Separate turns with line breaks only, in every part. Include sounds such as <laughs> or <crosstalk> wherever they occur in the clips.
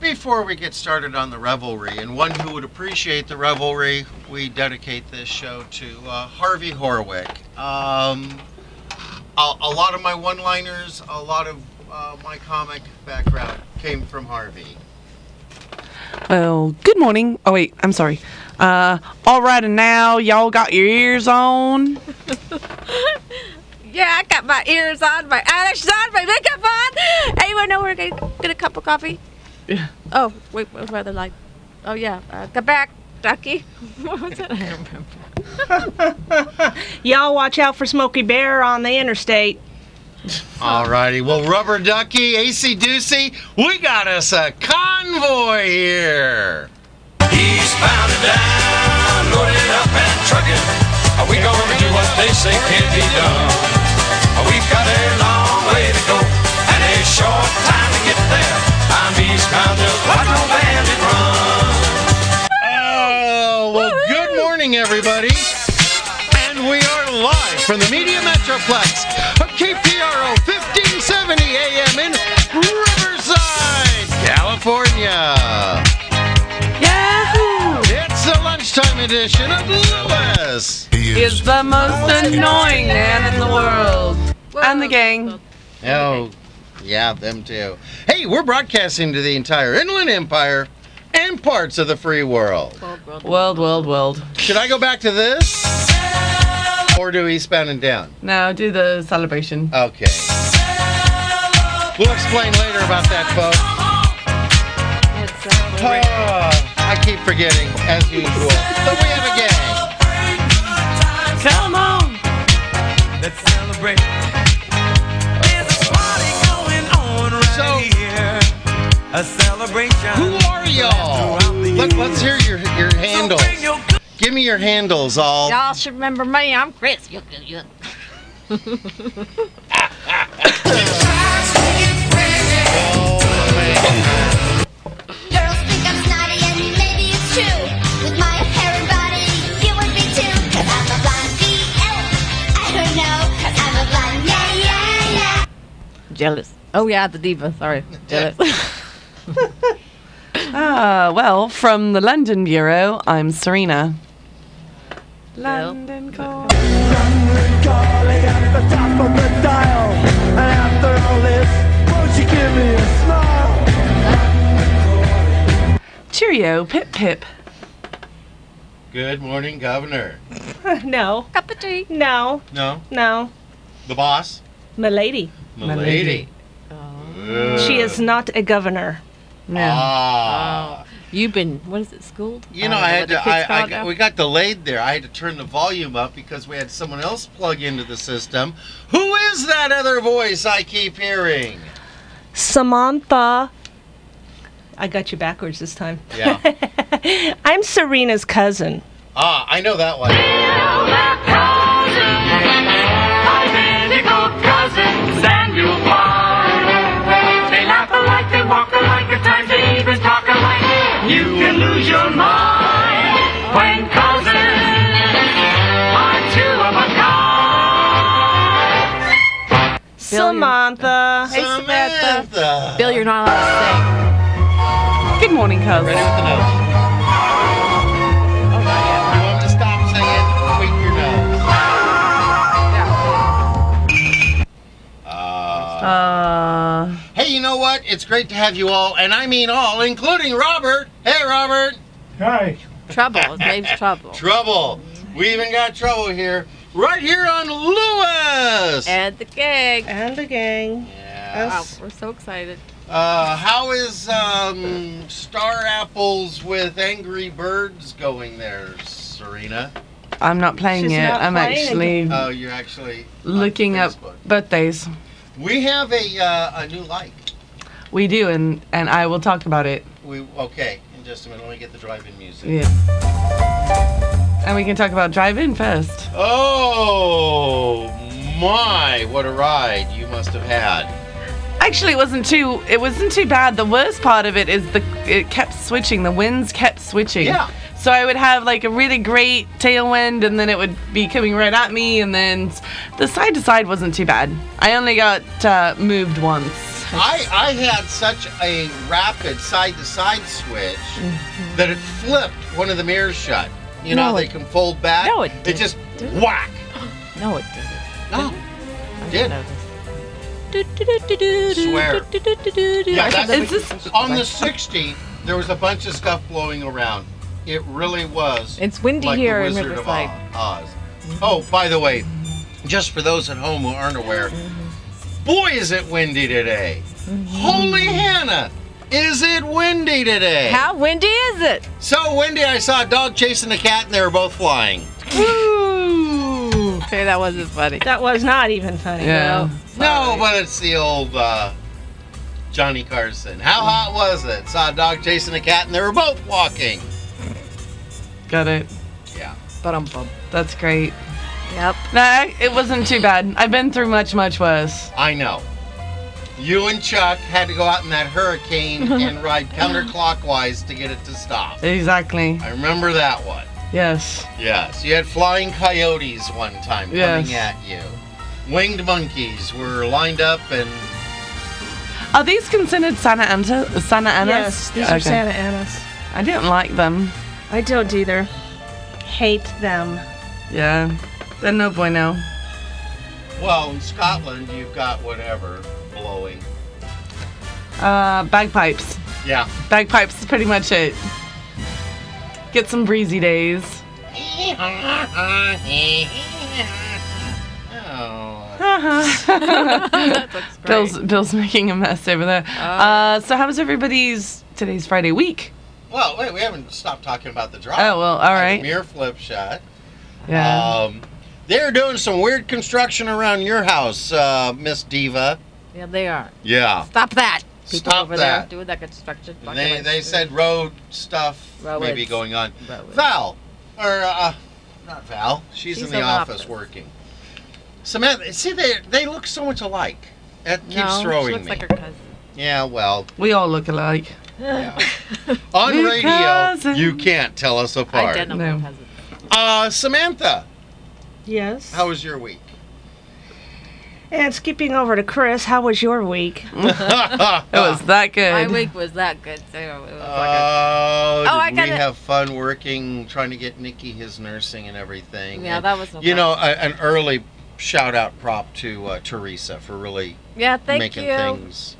Before we get started on the revelry, and one who would appreciate the revelry, we dedicate this show to uh, Harvey Horwick. Um, a, a lot of my one liners, a lot of uh, my comic background came from Harvey.
Well, good morning. Oh wait, I'm sorry. Uh, all right, and now y'all got your ears on.
Yeah, I got my ears on, my eyelashes on, my makeup on. Anyone know where I can get a cup of coffee?
Yeah.
Oh, wait, what was my other line? Oh, yeah. Uh, come back, ducky. <laughs> what was that? I don't remember.
Y'all watch out for Smokey Bear on the interstate. <laughs>
Alrighty, well, Rubber Ducky, AC Ducey, we got us a convoy here.
Eastbound and down, loaded up and trucking. Are we gonna do what they say can't be done? We've got a long way to go and a short time to get there. I'm eastbound, just like no bandit run.
Oh, well, good morning, everybody. And we are live from the Media Metroplex of KPRO 1570 AM in Riverside, California.
Yahoo!
It's the lunchtime edition of Lewis.
Is the most annoying man in the world. And the gang.
Oh, yeah, them too. Hey, we're broadcasting to the entire Inland Empire and parts of the free world.
World, world, world.
Should I go back to this? Or do eastbound and down?
Now do the celebration.
Okay. We'll explain later about that, folks.
uh,
Ah, I keep forgetting, as usual. But we have a gang.
Come on.
Let's celebrate. There's a party going on right
So-
here. A celebration.
Who are y'all? Let, us hear your your handles.
Bring your good
Give me your handles, all.
Y'all should remember me. I'm Chris. Yuk, yuk, yuk.
Girls think I'm snotty and maybe it's true. With my hair and body, you would be too. i I'm a blonde BL. I don't know, i I'm a blonde, yeah, yeah, yeah.
Jealous. Oh, yeah, the diva. Sorry. Jealous.
Ah, well, from the London Bureau, I'm Serena.
London
call.
calling at the top of the dial. And after all this, won't you give me a smile?
Cheerio, pip pip.
Good morning, Governor.
No,
Cup of tea.
no,
No,
no.
the boss,
Milady.
Milady.
She is not a governor.
Ah.
Oh. You've been, what is it, schooled? Uh,
You know, I had to. I, I we got delayed there. I had to turn the volume up because we had someone else plug into the system. Who is that other voice I keep hearing?
Samantha. I got you backwards this time.
Yeah.
<laughs> I'm Serena's cousin.
ah, I know that one.
identical cousins and you'll find they laugh alike, they walk alike, at times they even talk alike. You can lose your mind when cousins are two of a kind.
Samantha.
Samantha.
Samantha.
Bill, you're not allowed to
Good morning,
Ready
cousin.
with the nose. You want me to stop singing? Tweak your nose. Uh,
Uh,
hey, you know what? It's great to have you all, and I mean all, including Robert. Hey, Robert.
Hi.
sing. Trouble. His name's Trouble.
Trouble. We even got trouble here, right here on Lewis.
and the gang.
And the gang.
Yeah.
Wow, we're so excited.
Uh, how is um, Star Apples with Angry Birds going there, Serena?
I'm not playing
She's
it.
not
I'm
playing.
actually
Oh, you're actually on
looking up
Facebook.
birthdays.
We have a uh, a new like.
We do, and and I will talk about it.
We okay. In just a minute, let me get the drive-in music.
Yeah. And we can talk about drive-in first.
Oh my! What a ride you must have had.
Actually, it wasn't too. It wasn't too bad. The worst part of it is the it kept switching. The winds kept switching.
Yeah.
So I would have like a really great tailwind, and then it would be coming right at me, and then s- the side to side wasn't too bad. I only got uh, moved once.
I, I had such a rapid side to side switch that it flipped one of the mirrors shut. You know,
Mm-hmm. No,
how they
it-
can fold back.
No, it
It
didn't.
just
Did it?
whack.
<gasps> No, it didn't.
No,
I
Did.
didn't know this.
Swear. Yeah, that's-
Is this-
on the 60, there was a bunch of stuff blowing around. It really was.
It's windy
like
here
the
in
Wizard
Riverside.
of Oz. Oh, by the way, just for those at home who aren't aware, boy, is it windy today! Holy Hannah, is it windy today?
How windy is it?
So windy, I saw a dog chasing a cat, and they were both flying.
Okay, that wasn't funny.
That was not even funny.
Yeah.
No, but it's the old uh, Johnny Carson. How hot was it? Saw a dog chasing a cat, and they were both walking.
Got it.
Yeah.
But I'm bummed. That's great.
Yep.
Nah, it wasn't too bad. I've been through much, much worse.
I know. You and Chuck had to go out in that hurricane and ride counterclockwise to get it to stop.
Exactly.
I remember that one.
Yes.
Yes, you had flying coyotes one time
Yes.
coming at you. Winged monkeys were lined up and
Are these considered Santa Ana? Santa Anas?
Yes, these are
Okay.
Santa Annas.
I didn't like them.
I don't either. Hate them.
Yeah. They're no bueno.
well, in Scotland you've got whatever blowing.
Uh, bagpipes.
Yeah.
Bagpipes is pretty much it. Get some breezy days.
Oh.
Bill's Bill's making a mess over there. Uh, so how was everybody's today's Friday week?
Well, wait, we haven't stopped talking about the drop.
Oh well, all right.
Mirror flip shot.
Yeah.
Um, they're doing some weird construction around your house, uh, Miss Diva.
Yeah, they are.
Yeah.
Stop that. People
Stop
over
that.
there doing that construction. fucking
They,
with-
they said road stuff may be
Roads.
going on.
Roads.
Val, or uh, not Val, she's,
She's
in the
in
office,
office.
working. Samantha, see, they they look so much alike. That keeps
no,
throwing
she looks
me.
like her cousin.
yeah, well,
we all look alike.
yeah. on
We're
radio,
cousins.
you can't tell us apart.
Identical
No.
cousin.
Uh, Samantha,
Yes.
how was your
<laughs>
week? <laughs>
and skipping over to Chris, how was your week?
Uh,
It was that good.
My week was that good too. It was like
Oh,
Oh, I
did we
gotta-
have fun working, trying to get Nikki his nursing and everything.
a, yeah,
And,
that was. no
you
fun.
know, a, an early shout out prop to uh, Teresa for really
Yeah, thank
making
you.
things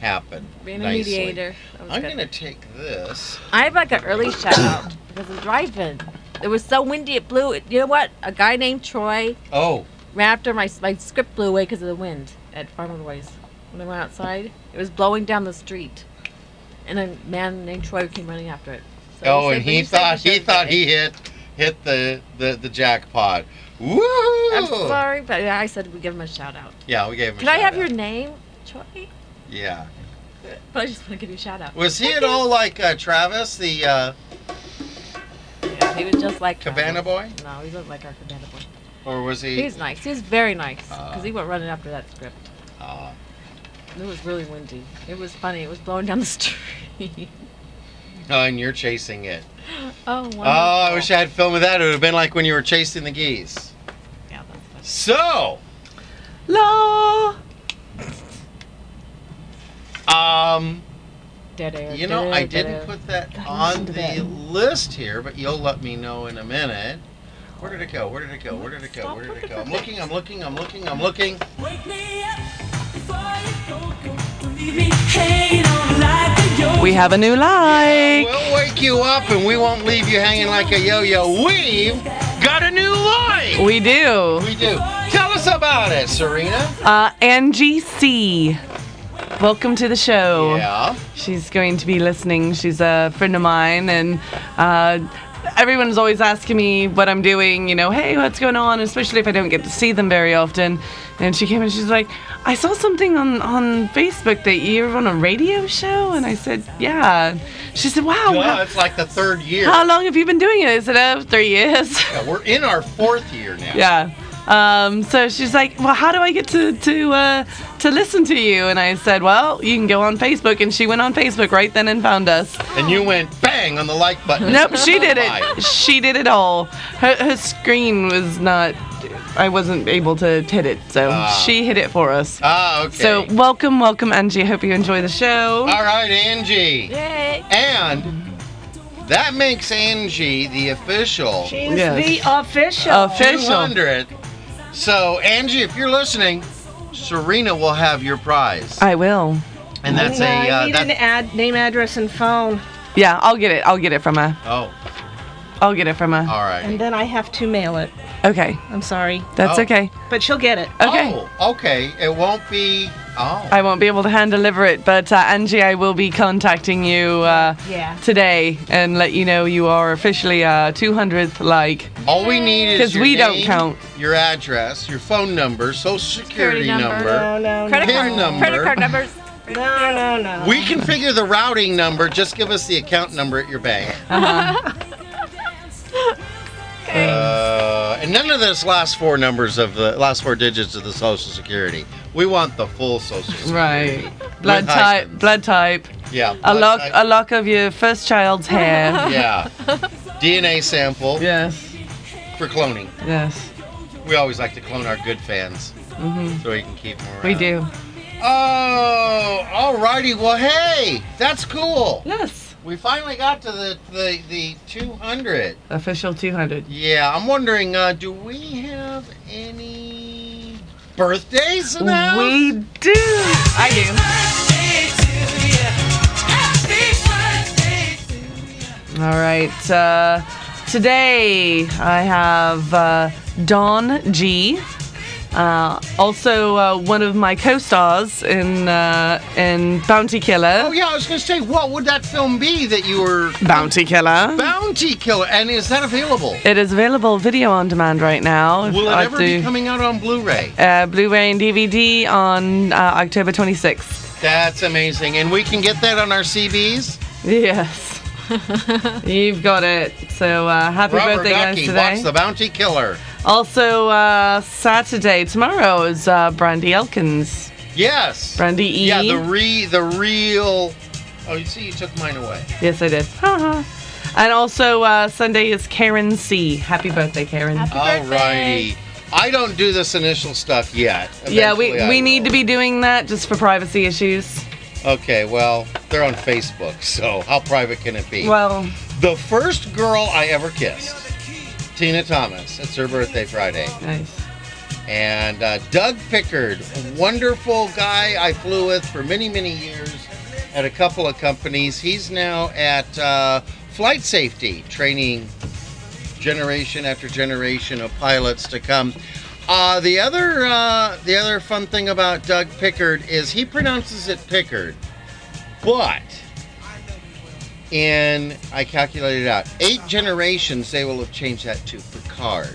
happen.
Being a
nicely.
mediator. That was
I'm
good.
gonna take this.
I had like an early shout out because I'm driving. It was so windy it blew. It, you know what? A guy named Troy
Oh,
ran after my my script blew away because of the wind at Farmer Boys. When I went outside, it was blowing down the street, and a man named Troy came running after it. So
oh,
saved
and
me-
he
saved my
thought he
shirt
thought
today.
he hit hit the the, the jackpot. Woo!
I'm sorry, but I said we give him a shout out.
Yeah, we gave him. a
Can I have
shout-out.
your name, Troy?
Yeah.
But I just want to give you a shout out.
Was he at all like uh, Travis, the uh,
Yeah, he was just like
Cabana boy,
No, he looked like our Cabana boy.
or was he?
He's nice. He's very nice
Ah.
because he went running after that script.
uh,
It was really windy. It was funny. It was blowing down the <laughs> street.
oh, and you're chasing it.
oh wow!
Oh, I wish I had film of that. It would have been like when you were chasing the geese.
Yeah, that's
So,
La.
um,
dead air.
you know,
dead
I
air, dead
didn't
air.
put that
God,
on
listen to
the list here, but you'll let me know in a minute. Where did it go? Where did it go? Where did it go? Where did it go? I'm looking, I'm looking, I'm looking, I'm looking.
We have a new like.
We'll wake you up and we won't leave you hanging like a yo yo. We've got a new life!
We do.
We do. Tell us about it, Serena.
Uh, Angie C. Welcome to the show.
Yeah.
She's going to be listening. She's a friend of mine, and uh, everyone's always asking me what I'm doing. You know, hey, what's going on? Especially if I don't get to see them very often. And she came and she's like, I saw something on on Facebook that you're on a radio show, and I said, yeah. She said, wow.
Well,
wow.
it's like the third year.
Oh, How long have you been doing it? I said, oh, three years. <laughs>
Yeah, we're in our fourth year now.
Yeah. Um, so she's like, well, how do I get to to uh, to listen to you? And I said, well, you can go on Facebook. And she went on Facebook right then and found us.
And you went bang on the like button.
Nope, she did
Bye.
it. She did it all. Her, her screen was not I wasn't able to hit it, so she hit it for us.
Ah, okay. Ah.
So welcome, welcome, Angie. Hope you enjoy the show.
all right, Angie,
Yay!
and that makes Angie the official
She's
Yes.
the official.
Official.
200. So Angie, if you're listening, Serena will have your prize,
I will.
and that's
No,
a
I
uh,
need an
that's
ad, name, address, and phone,
Yeah, I'll get it. I'll get it from her.
oh,
I'll get it from her.
all right.
and then I have to mail it.
Okay,
I'm sorry,
that's
Oh.
okay.
but she'll get it.
Okay.
Oh, okay. It won't be. Oh.
I won't be able to hand deliver it, but uh, Angie, I will be contacting you uh,
Yeah.
today and let you know you are officially uh, 200th like.
All we need is
'Cause
your
we don't
name,
count.
your address, your phone number, social security,
Security number.
No, no,
Credit
PIN
card,
number.
credit card numbers.
no, no, no, no.
We can figure the routing number. Just give us the account number at your bank. Uh, and none of this last four numbers of the last four digits of the social security. We want the full social security.
Right. Blood
With
type,
hyphens.
blood type,
Yeah.
a
blood
lock,
type.
a lock of your first child's <laughs> hair.
<laughs> Yeah. DNA sample
yes,
for cloning.
yes,
We always like to clone our good fans, so we can keep them around.
we do.
Oh, alrighty. Well, hey, that's cool.
Yes,
We finally got to the the, the 200.
official 200.
Yeah, I'm wondering, uh, do we have any birthdays in the house?
We do. I do. All right. Uh, today I have uh, Don G. Uh, also, uh, one of my co-stars in uh, in Bounty Killer.
Oh yeah, I was gonna say, what would that film be that you were
Bounty Killer.
Bounty Killer? And is that available?
It is available video on demand right now. If
Will it
I
ever
do-
be coming out on Blu-ray?
uh, Blu-ray and DVD on uh, October 26th.
That's amazing, and we can get that on our CBs.
Yes. <laughs> You've got it. So uh, happy
Robert
birthday, guys,
Ducky, watch
today.
the Bounty Killer.
Also, uh, Saturday, tomorrow, is uh, Brandy Elkins.
Yes.
Brandy E.
Yeah, the re the real. Oh, you see, you took mine away.
yes, I did. Haha. and also, uh, Sunday is Karen C. Happy birthday, Karen.
Alrighty. I don't do this initial stuff yet.
Uh, yeah, we,
Eventually I
we need
will.
to be doing that just for privacy issues.
Okay, well, they're on Facebook, so how private can it be?
Well,
the first girl I ever kissed, Tina Thomas. It's her birthday Friday.
nice.
And uh, Doug Pickard, wonderful guy I flew with for many, many years at a couple of companies. He's now at uh, Flight Safety, training generation after generation of pilots to come. Uh, the other, uh, the other fun thing about Doug Pickard is he pronounces it Pickard, but in I calculated it out eight generations they will have changed that to Picard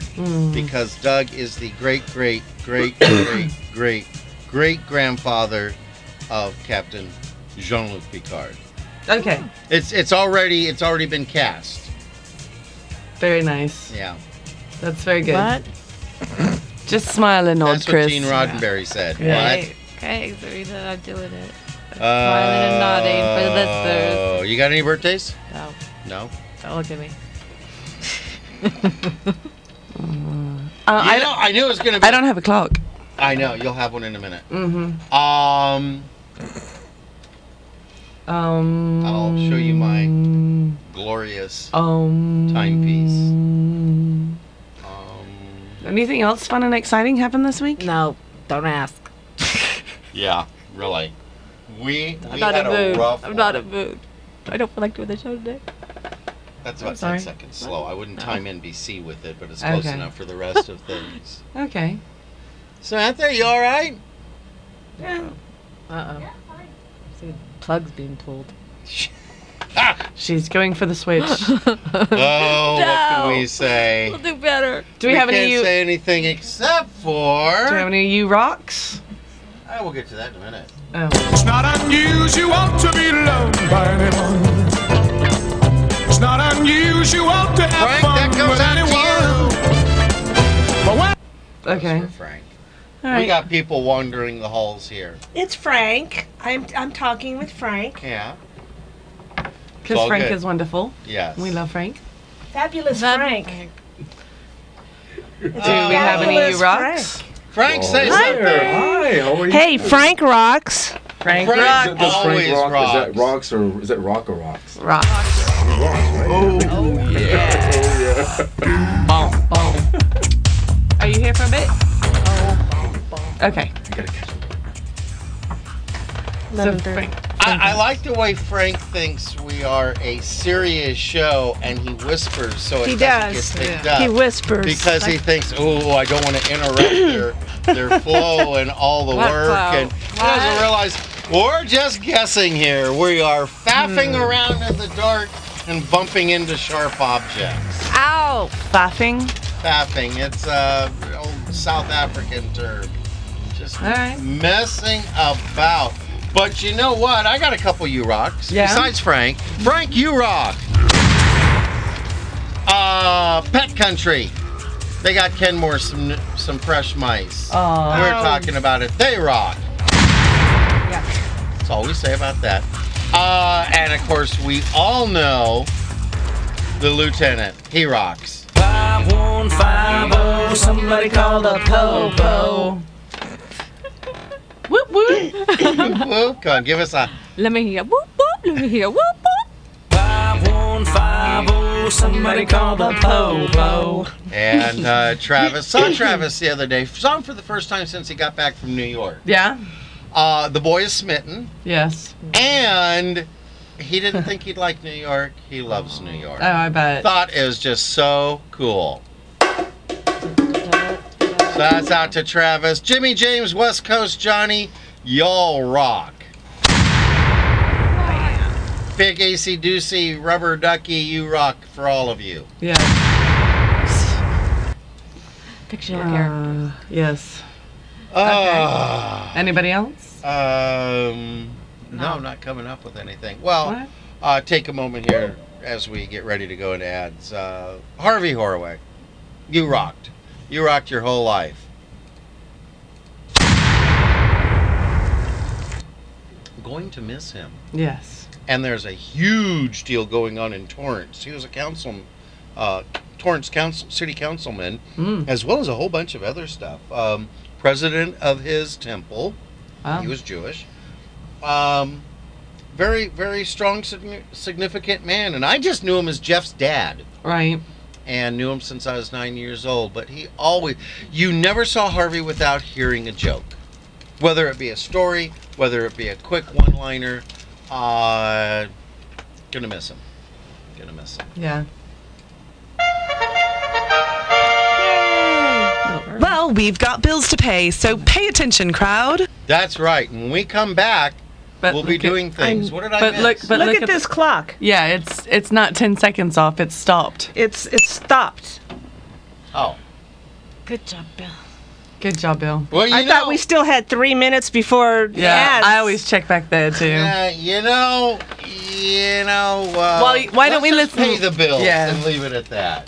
because Doug is the great, great, great, <coughs> great, great, great grandfather of Captain Jean-Luc Picard.
Okay,
It's it's already it's already been cast.
very nice.
Yeah.
That's very good.
What?
Just smile and nod,
That's
Chris.
what Gene Roddenberry said.
Yeah.
What?
Okay, okay, Serena, I'm doing it.
Smiling
and nodding for listeners.
Oh, you got any birthdays?
No,
No.
don't look at me.
Uh, I
I
don't.
know. I knew it was gonna be.
I don't have a clock.
I know. You'll have one in a minute. Mm-hmm. Um,
Um.
I'll show you my glorious
Um.
timepiece. Um,
Anything else fun and exciting happened this week?
No, don't ask.
yeah, really. We, we
I'm not
had
in
a
mood.
rough.
I'm not in mood. I don't feel like doing the show today.
That's about
sorry.
10 seconds slow. I wouldn't time NBC with it, but it's close
Okay.
enough for
<laughs>
the rest of things.
Okay.
Samantha, you all
<laughs>
right?
Uh oh. See, plug's being pulled.
She's going for the switch.
<laughs> Oh, what can
No.
we say?
<laughs> We'll do better.
Do we, have
can't
any? You,
say anything except for.
do we have any you rocks?
I will get to that in a minute.
Oh.
It's not unusual to be loved by anyone. It's not unusual to have
Frank,
fun
that goes
with
out
anyone.
to you.
But when
Okay.
That's for Frank.
All
We
right.
got people wandering the halls here.
It's Frank. I'm I'm talking with Frank.
Yeah. It's
Because
all
Frank
good.
is wonderful.
Yes.
We love Frank.
Fabulous Frank.
Do we have any you
Fabulous
rocks?
Frank,
Oh.
say something.
Hi, how are you?
Hey, Frank rocks.
Frank,
Frank.
Rock.
Does- does Frank
Always
rock,
rocks.
Is that rocks or is that rock or rocks?
Rock. Oh, yeah. Are you here for a bit? Okay. So Frank,
I, I like the way Frank thinks we are a serious show, and he whispers so it
He
doesn't
does,
get picked
He
up.
whispers.
because he thinks, oh, I don't want to interrupt
<laughs>
their, their flow and all the
What
work.
flow?
And he doesn't realize we're just guessing here. We are faffing
Hmm.
around in the dark and bumping into sharp objects.
Ow!
laughing.
Faffing, it's a old South African term. Just
All right.
messing about. But you know what? I got a couple you rocks.
Yeah?
Besides Frank. Frank, you rock. Uh, Pet Country. They got Kenmore some some fresh mice.
Aw.
We're talking about it. They rock. That's all we say about that. Uh, and of course, we all know the lieutenant. He rocks.
5150, oh, somebody call the
Bobo. whoop whoop.
Whoop, whoop. Come on, give us a
Let me hear whoop whoop. Let me hear whoop whoop.
5150, oh, somebody call the Bobo.
And uh, Travis saw Travis the other day. Saw him for the first time since he got back from New York.
Yeah.
Uh, the boy is smitten,
Yes.
and he didn't think he'd like New York. He loves New York.
Oh, I bet.
Thought it was just so cool. So that's out to Travis, Jimmy James, West Coast Johnny. Y'all rock. Big AC Doocy, Rubber Ducky, you rock for all of you.
Yeah.
Fictional character.
Uh, yes.
Ah.
Anybody else?
Um, no, I'm not coming up with anything. Well,
What?
uh, take a moment here as we get ready to go into ads. Uh, Harvey Horoway, you rocked. You rocked your whole life. Going to miss him.
Yes.
And there's a huge deal going on in Torrance. He was a council, uh, Torrance council, city councilman,
Mm.
as well as a whole bunch of other stuff. Um, president of his temple.
Wow.
Oh,
He was Jewish. Um, very, very strong, signi- significant man. And I just knew him as Jeff's dad
Right.
and knew him since I was nine years old. But he always, you never saw Harvey without hearing a joke, whether it be a story, whether it be a quick one liner. Uh, gonna miss him. Gonna miss him.
Yeah.
Well, we've got bills to pay, so pay attention, crowd.
That's right. When we come back,
But
we'll be
look at-
doing things. what did I
but look-
miss?
but-
Look, at
at
this clock.
Yeah. It's it's not ten seconds off. It's stopped.
It's it's stopped.
oh,
Good job, Bill.
Good job, Bill.
well, you
I
know,
thought we still had three minutes before.
Yeah. I always check back there too.
Uh, you know, you know. Uh,
Well, why
let's
don't we
just
listen-
Pay the bills
Yeah.
and leave it at that.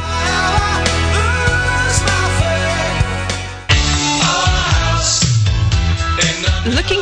Looking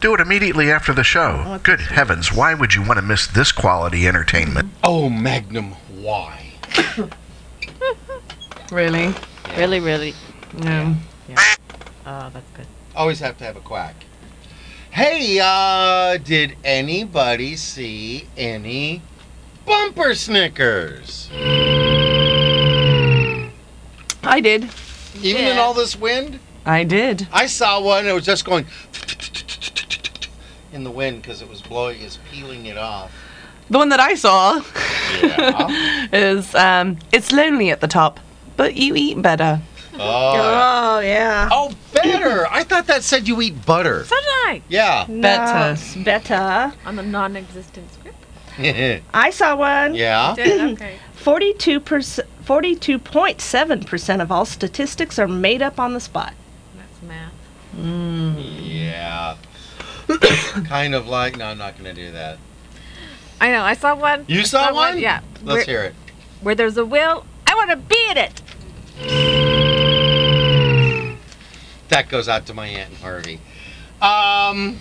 Do it immediately after the show. Good heavens, why would you want to miss this quality entertainment?
Oh, Magnum, why?
Really?
Really, really.
No.
Yeah. Oh, that's good.
Always have to have a quack. Hey, uh, did anybody see any bumper snickers?
I did.
Even in all this wind?
I did.
I saw one. It was just going <laughs> in the wind because it was blowing, is peeling it off.
The one that I saw
Yeah.
is um, it's lonely at the top, but you eat better.
Oh,
yeah.
oh, better. I thought that said you eat butter.
So did <laughs>
Yeah.
Better.
No, better.
I. On the non-existent script.
I saw one.
yeah.
<laughs> okay.
42 percent. 42.7% of all statistics are made up on the spot.
That's math.
Yeah. <coughs> kind of like, no, I'm not going to do that.
I know. I saw one.
You
I
saw one?
Yeah.
Let's
where,
hear it.
Where there's a will, I want to be in it.
That goes out to my aunt and Harvey. Um,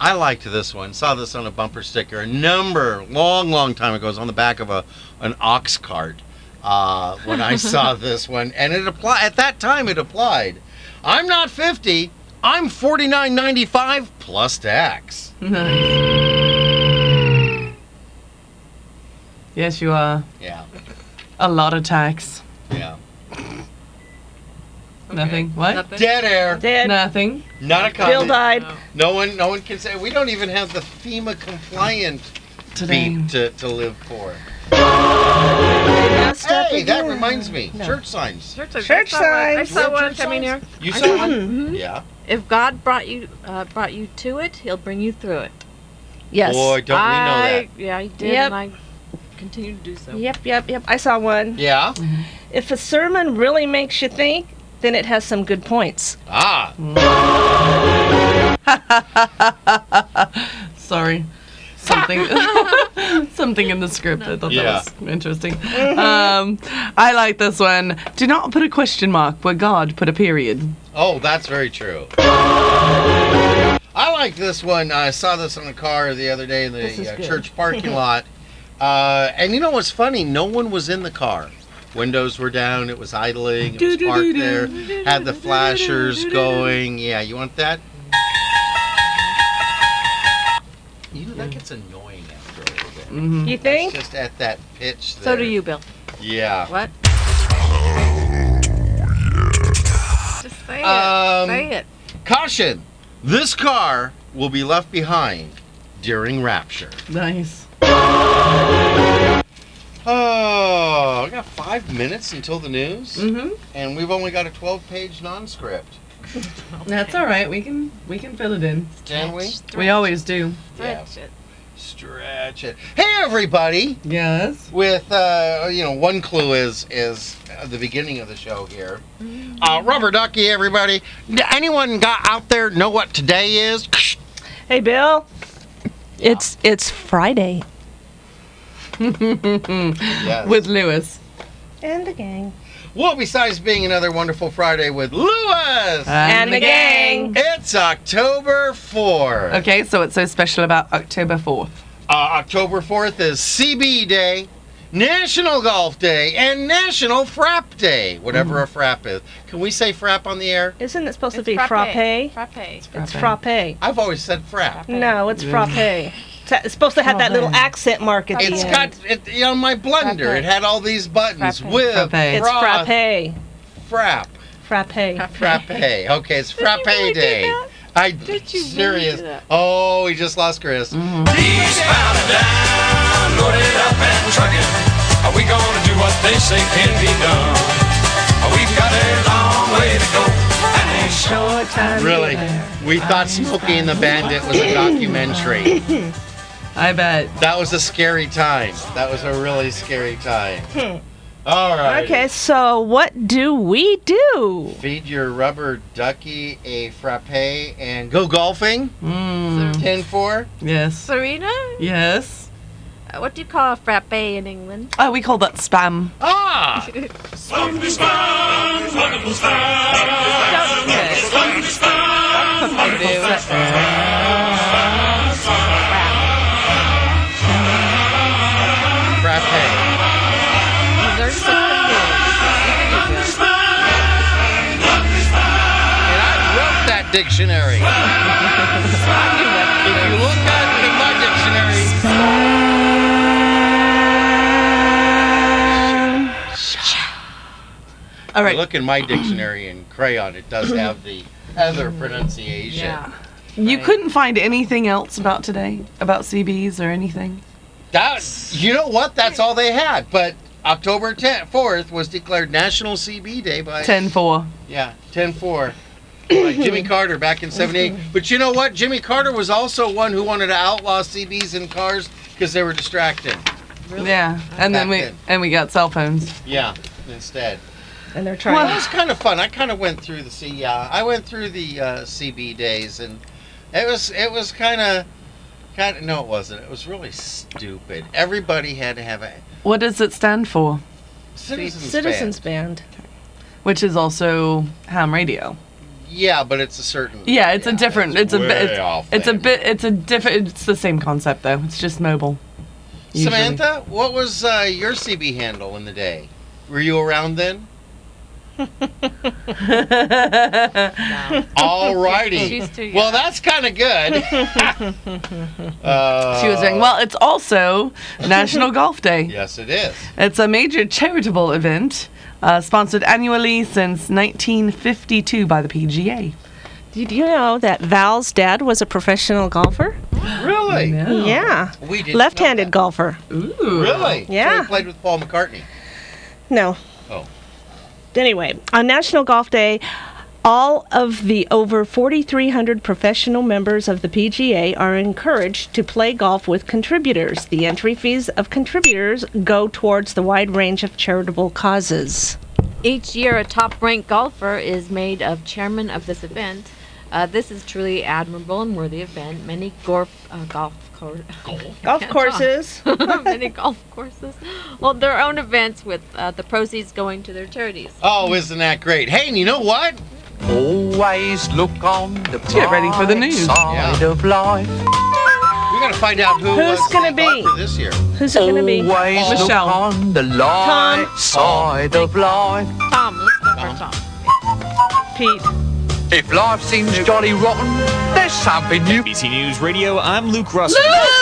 I liked this one. Saw this on a bumper sticker a number long, long time ago. It was on the back of a an ox cart uh, when I saw this one, and it applied at that time. It applied. I'm not 50. I'm 49.95 plus tax.
Nice. Yes, you are.
Yeah,
A lot of tax.
yeah.
Nothing. What? Nothing.
Dead air.
Dead.
Not a
Bill
comment.
died.
No one, no one can say. We don't even have the FEMA compliant
Today.
beat to, to live for.
Now step
Hey, that
again.
reminds me. Church signs.
Church, I
Church
saw one- I
signs. Mm-hmm.
saw one
Church
coming here.
signs? You
I
saw
know.
one? Yeah.
If God brought you uh, brought you to it, He'll bring you through it.
Yes.
Boy, don't we know that?
I, Yeah, I did,
Yep.
and I continue to do so.
Yep, yep, yep. I saw one.
Yeah.
If a sermon really makes you think, then it has some good points.
Ah.
<laughs> Sorry. Something <laughs> something in the script. I thought
Yeah.
that was interesting. Um, I like this one. Do not put a question mark where God put a period.
Oh, that's very true. I like this one. I saw this on a car the other day in
is
the uh,
good.
church
<laughs>
parking lot. Uh, and you know what's funny? No one was in the car. Windows were down. It was idling. It was parked there. Had the flashers going. Yeah, you want that? You know, that gets annoying after a little bit.
You
It's
think?
just at that pitch there.
So do you, Bill.
Yeah.
What? Just say
Um,
it. Say it.
Caution! This car will be left behind during rapture.
Nice.
Oh, we got five minutes until the news,
Mm-hmm.
and we've only got a 12-page non-script,
That's all right. We can we can fill it in.
can we?
We always do.
Yeah.
Stretch it.
Stretch it. Hey, everybody!
Yes.
With uh, you know, one clue is is uh, the beginning of the show here. Uh, rubber ducky, everybody. D- Anyone got out there know what today is?
Hey, Bill.
It's it's Friday.
Yes.
With Lewis.
And the gang.
well, besides being another wonderful Friday with Lewis.
And the gang.
It's October 4.
Okay, so what's so special about October 4th?
Uh, October 4th is CB Day, National Golf Day, and National Frap Day, whatever a frap is. Can we say frap on the air?
Isn't it supposed to be frappe?
Frappe.
It's frappe.
I've always said frap.
No, it's
Yeah.
frappe. It's a- It's supposed to have that little accent mark at
It's
the
got
end.
it, you know, my blender. It had all these buttons with
It's
froth,
frappe.
Frap.
Frappe.
Frappe. Okay, it's Frappe Day. I did you serious? Oh, we just lost Chris.
Eastbound and down, loaded up and trucking. Are we gonna do what they say can be done? We've got a long way to go and a short time.
Really, we thought Smokey and the Bandit was a documentary.
I bet
that was a scary time. That was a really scary time. All right.
Okay, so what do we do?
Feed your rubber ducky a frappe and go golfing. Ten four.
Yes.
Serena,
Yes.
uh, what do you call a frappe in England?
Oh, we call that spam.
Ah! Frappe.
There's something
Wrote that dictionary. if you look at it in my dictionary,
All right.
Look in my dictionary in crayon. It does have the other pronunciation.
You couldn't find anything else about today, about CBs or anything.
That you know what? That's all they had. But October 10th, 4th was declared National CB Day by
10-4.
Yeah, 10-4. by
<laughs>
Jimmy Carter back in 78. But you know what? Jimmy Carter was also one who wanted to outlaw CBs in cars because they were distracting.
Yeah, and then
Back
we
then.
and we got cell phones.
Yeah, instead.
And they're
Well,
<sighs>
it was kind of fun. I kind of went through the C. Yeah, I went through the uh, CB days, and it was it was kind of kind of no, it wasn't. It was really stupid. Everybody had to have a
What does it stand for?
citizens.
Citizens
band.
band.
Which is also ham radio.
Yeah, but it's a certain.
Yeah, it's a different. It's, a
way
bit. It's,
off
it's a bit. It's a different. It's the same concept though. It's just mobile. <laughs> usually.
Samantha, what was uh, your CB handle in the day? Were you around then? All
<laughs>
righty.
She's too
Well, that's kind of good. uh,
she was saying, well, it's also
<laughs>
National Golf Day.
Yes, it is.
It's a major charitable event uh, sponsored annually since 1952 by the PGA.
Did you know that Val's dad was a professional golfer?
Really?
Yeah.
We didn't know
Left-handed golfer.
Ooh.
Really? So
Yeah.
he played with Paul McCartney.
No.
Oh.
Anyway, on National Golf Day, all of the over 4,300 professional members of the PGA are encouraged to play golf with contributors. The entry fees of contributors go towards the wide range of charitable causes.
Each year, a top ranked golfer is made of chairman of this event. Uh, this is truly admirable and worthy event. Many golf uh, golf course <laughs>
Golf courses.
many golf courses hold their own events with uh, the proceeds going to their charities.
Oh, isn't that great? Hey, and you know what?
Always look on the Let's
get ready for the news.
Side of life.
We gotta find out who
Who's
was
gonna
the golfer this year.
<laughs> Who's it gonna be?
Always look
Michelle.
on the light side of life.
Tom, let's go for Tom.
Pete.
If life seems jolly rotten, there's something new.
ABC News Radio, I'm Luke Russell.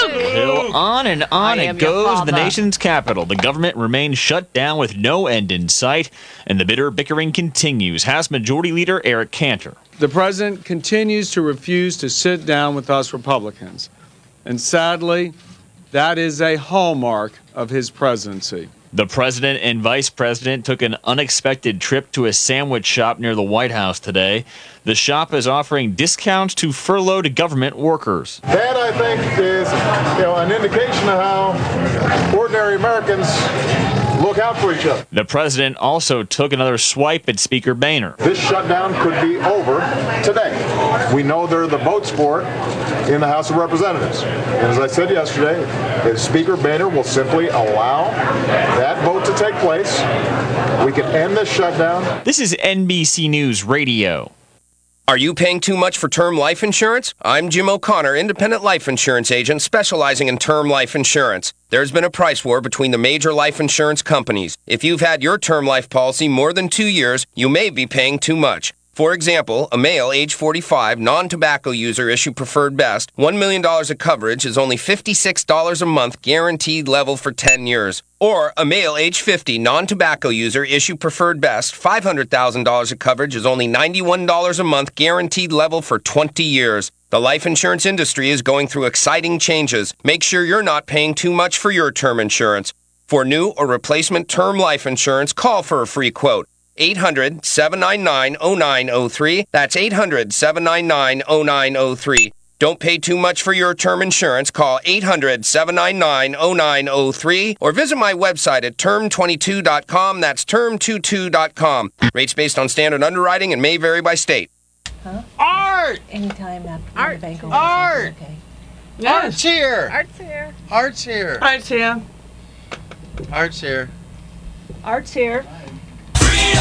Luke!
So on and on
I
it
am your
goes.
father.
The nation's capital. The government remains shut down with no end in sight, and the bitter bickering continues. House Majority Leader Eric Cantor.
The president continues to refuse to sit down with us Republicans. And sadly, that is a hallmark of his presidency.
The president and vice president took an unexpected trip to a sandwich shop near the White House today. The shop is offering discounts to furloughed government workers.
That I think is, you know, an indication of how ordinary Americans look out for each other.
The president also took another swipe at Speaker Boehner.
This shutdown could be over today. We know there are the votes for it in the House of Representatives. And as I said yesterday, if Speaker Boehner will simply allow that vote to take place, we can end this shutdown
This is NBC News Radio.
Are you paying too much for term life insurance? I'm Jim O'Connor, independent life insurance agent specializing in term life insurance. There's been a price war between the major life insurance companies. If you've had your term life policy more than two years, you may be paying too much. For example, a male age 45 non tobacco user issue preferred best, $1 million of coverage is only $56 a month guaranteed level for 10 years. Or a male age 50 non tobacco user issue preferred best, $500,000 of coverage is only $91 a month guaranteed level for 20 years. The life insurance industry is going through exciting changes. Make sure you're not paying too much for your term insurance. For new or replacement term life insurance, call for a free quote. 800 799 0903. That's 800 799 0903. Don't pay too much for your term insurance. Call 800 799 0903 or visit my website at term22.com. That's term22.com. Rates based on standard underwriting and may vary by state.
Art!
Anytime after
Art! Art! Art's here!
Art's here.
Art's here.
Art's here.
Art's here.
Art's here.
I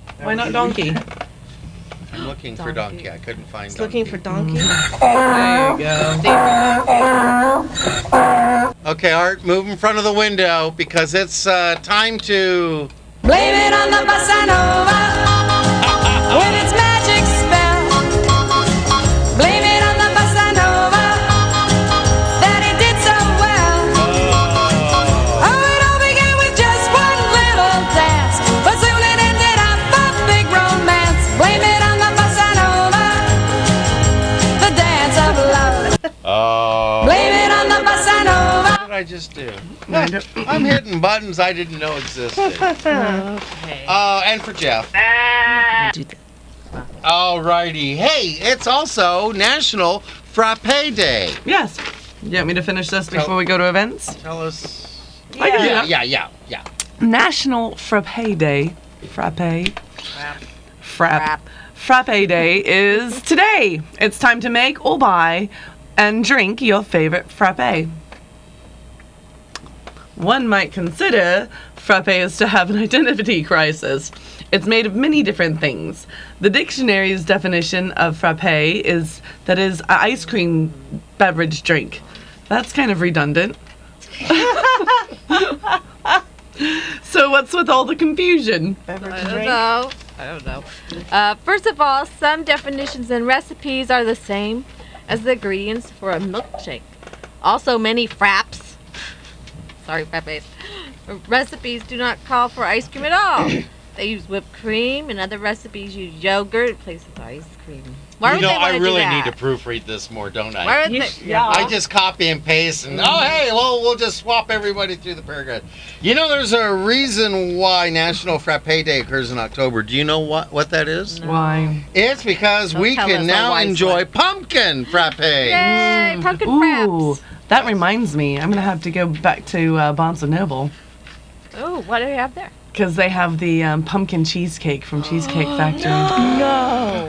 have no
Why not donkey?
I'm looking for donkey. I couldn't find
It's
donkey.
looking for donkey.
There you go. Okay, Art, move in front of the window because it's uh, time to.
Blame it on the bossa nova with its magic spell. Blame it on the bossa nova that it did so well. Oh, it all began with just one little dance, but soon it ended up a big romance. Blame it on the bossa nova, the dance of love.
Oh.
Blame it on the bossa nova.
What did I just do? <laughs> I'm hitting buttons I didn't know existed.
okay.
Uh, and for Jeff. Alrighty. Hey, it's also National Frappe Day.
Yes. You want me to finish this before we go to events?
Tell us.
I can do
yeah,
that.
yeah, yeah, yeah.
National Frappe Day. Frappe. Frap. Frappe Day is today. It's time to make or buy and drink your favorite frappe. One might consider frappe is to have an <laughs> identity crisis. It's made of many different things. The dictionary's definition of frappe is that is a ice cream beverage drink. That's kind of redundant. So what's with all the confusion?
I don't know. I don't know. Uh, first of all, some definitions and recipes are the same as the ingredients for a milkshake. Also, many fraps, sorry, frappes, recipes do not call for ice cream
<coughs>
at all. they use whipped cream, and other recipes use yogurt in place of ice cream. Why
you
would
know,
they
I
wanna do
really
that?
need to proofread this more, don't I?
Why would You they- sh- yeah.
I just copy and paste, and oh hey, well we'll just swap everybody through the paragraph. You know, there's a reason why National Frappe Day occurs in October. Do you know what what that is?
Why?
It's because
Don't
we
tell us,
can
I'm
now
wise
enjoy pumpkin frappe.
Yay, pumpkin
Ooh, that reminds me. I'm gonna have to go back to uh, Barnes and Noble
Oh, what do they have there?
because they have the um, pumpkin cheesecake from Cheesecake
<gasps>
Factory.
No.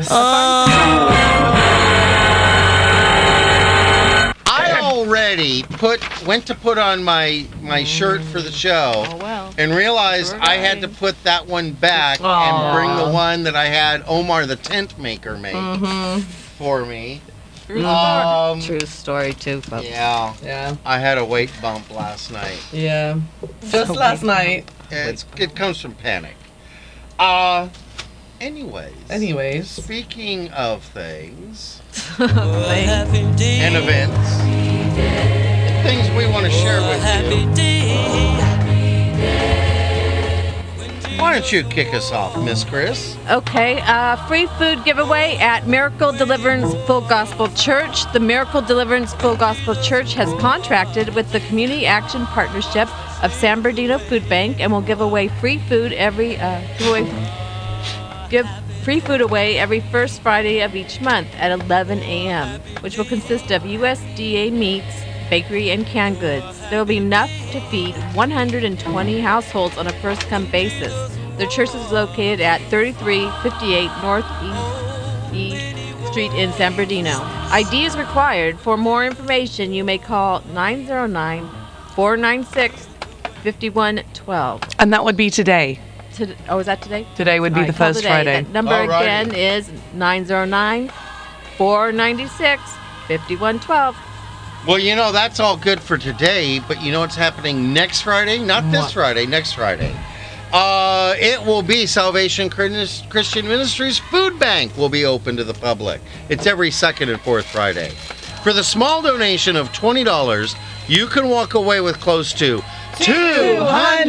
I already put went to put on my my shirt for the show
Mm.
and realized I had to put that one back and bring the one that I had Omar the tent maker make
Mm-hmm.
for me.
True
Um,
True story too, folks.
Yeah.
Yeah.
I had a weight bump last night.
Yeah. Just last night.
It's, it comes from panic. Uh anyways.
Anyways.
Speaking of <laughs> things
Things.
and events. Things we want to share with you. Why don't you kick us off, Miss Chris?
Okay, uh, free food giveaway at Miracle Deliverance Full Gospel Church. The Miracle Deliverance Full Gospel Church has contracted with the Community Action Partnership of San Bernardino Food Bank and will give away free food every uh, give, away, give free food away every first Friday of each month at 11 a.m., which will consist of USDA meats, bakery, and canned goods. There will be enough to feed 120 households on a first-come basis. The church is located at 3358 North E. E Street in San Bernardino. ID is required. For more information, you may call 909 496 5112.
And that would be today.
to, oh, is that today?
Today would be
All
the
call
first
today.
Friday.
That number
Alrighty.
again is 909 496 5112.
Well, you know, that's all good for today, but you know what's happening next Friday? Not this Friday, next Friday. Uh, it will be Salvation Chris- Christian Ministries Food Bank will be open to the public. It's every second and fourth Friday. For the small donation of $20, you can walk away with close to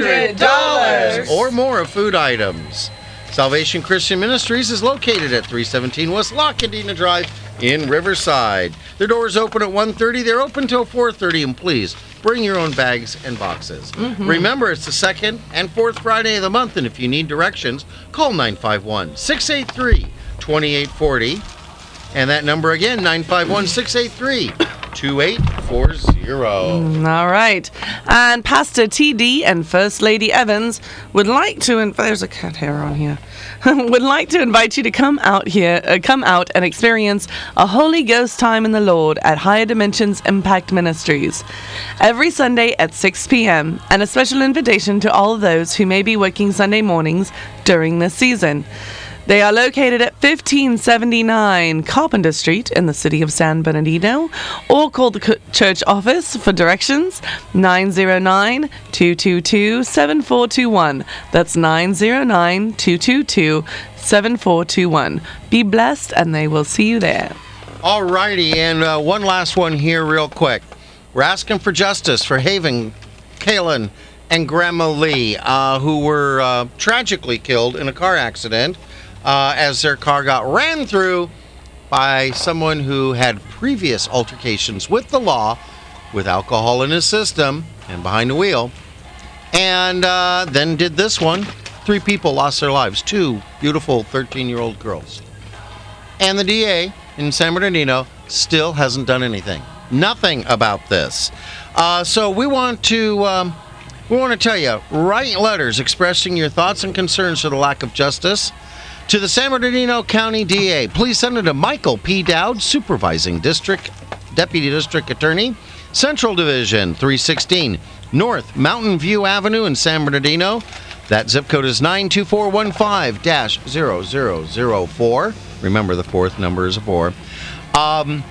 $200
or more of food items. Salvation Christian Ministries is located at 317 West Lockadena Drive in Riverside. Their doors open at 1:30. They're open till 4:30, and please bring your own bags and boxes.
Mhm.
Remember, it's the second and fourth Friday of the month, and if you need directions, call 951-683-2840, and that number again 951-683-2840.
Mm, All right. And Pastor TD and First Lady Evans would like to. Inv- There's a cat hair on here. <laughs> would like to invite you to come out here, uh, come out and experience a Holy Ghost time in the Lord at Higher Dimensions Impact Ministries every Sunday at 6 p.m. And a special invitation to all those who may be working Sunday mornings during this season. They are located at 1579 Carpenter Street in the city of San Bernardino, or call the c- church office for directions 909 222 7421. That's 909 222 7421. Be blessed, and they will see you there.
Alrighty, and uh, one last one here, real quick. We're asking for justice for Haven, Kalen, and Grandma Lee, uh, who were uh, tragically killed in a car accident uh, as their car got ran through by someone who had previous altercations with the law with alcohol in his system and behind the wheel and uh, then did this one. Three people lost their lives, two beautiful 13 year old girls. And the DA in San Bernardino still hasn't done anything. Nothing about this. Uh, so we want to. Um, we want to tell you, write letters expressing your thoughts and concerns for the lack of justice to the San Bernardino County DA. Please send it to Michael P. Dowd, Supervising District Deputy District Attorney, Central Division, 316 North Mountain View Avenue in San Bernardino. That zip code is 92415 0004. Remember, the fourth number is a four. Um,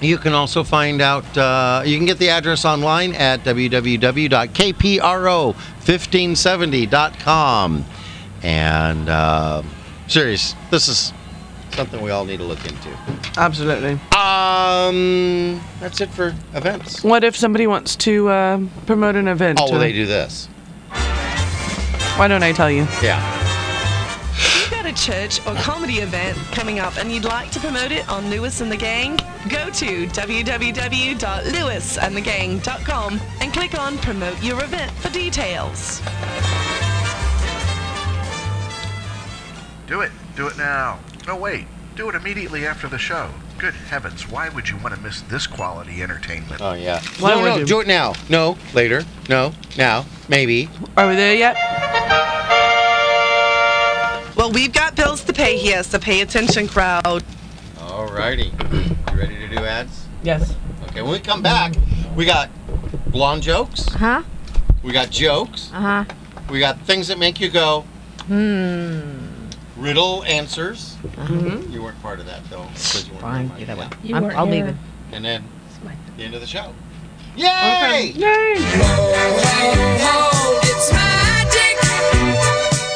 you can also find out, uh, you can get the address online at www.kpro1570.com. And uh, serious, this is something we all need to look into.
Absolutely.
Um, that's it for events.
What if somebody wants to uh, promote an event?
Oh,
Uh,
well, they do this.
Why don't I tell you?
Yeah.
You've got a church or comedy event coming up and you'd like to promote it on Lewis and the Gang? Go to www.lewisandthegang.com and click on Promote Your Event for details.
Do it. Do it now. No, wait. Do it immediately after the show. Good heavens, why would you want to miss this quality entertainment?
Oh, yeah.
Why
no,
would
no,
you-
do it now. No, later. No, now. Maybe.
Are we there yet?
Well, we've got bills to pay here, so pay attention, crowd.
Alrighty. You ready to do ads?
Yes.
Okay, when we come back, we got blonde jokes.
Huh?
We got jokes.
Uh huh.
We got things that make you go,
Hmm.
riddle answers.
Mhm.
You weren't part of that, though. 'cause you weren't
Fine,
part of
get
mine.
away. You I'm- weren't I'll leave here.
And then, the end of the show. Yay!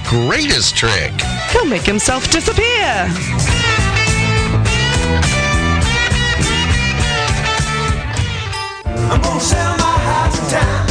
greatest trick.
He'll make himself disappear.
I'm gonna sell my house in town.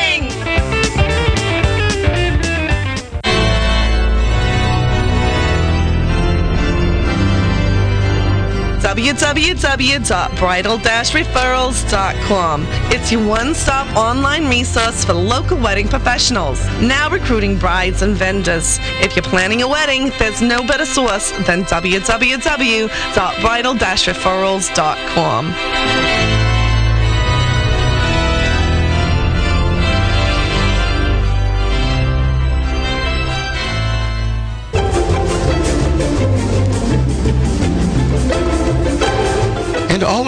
www.bridal-referrals.com. It's your one-stop online resource for local wedding professionals. Now recruiting brides and vendors. If you're planning a wedding, there's no better source than www.bridal-referrals.com.
And all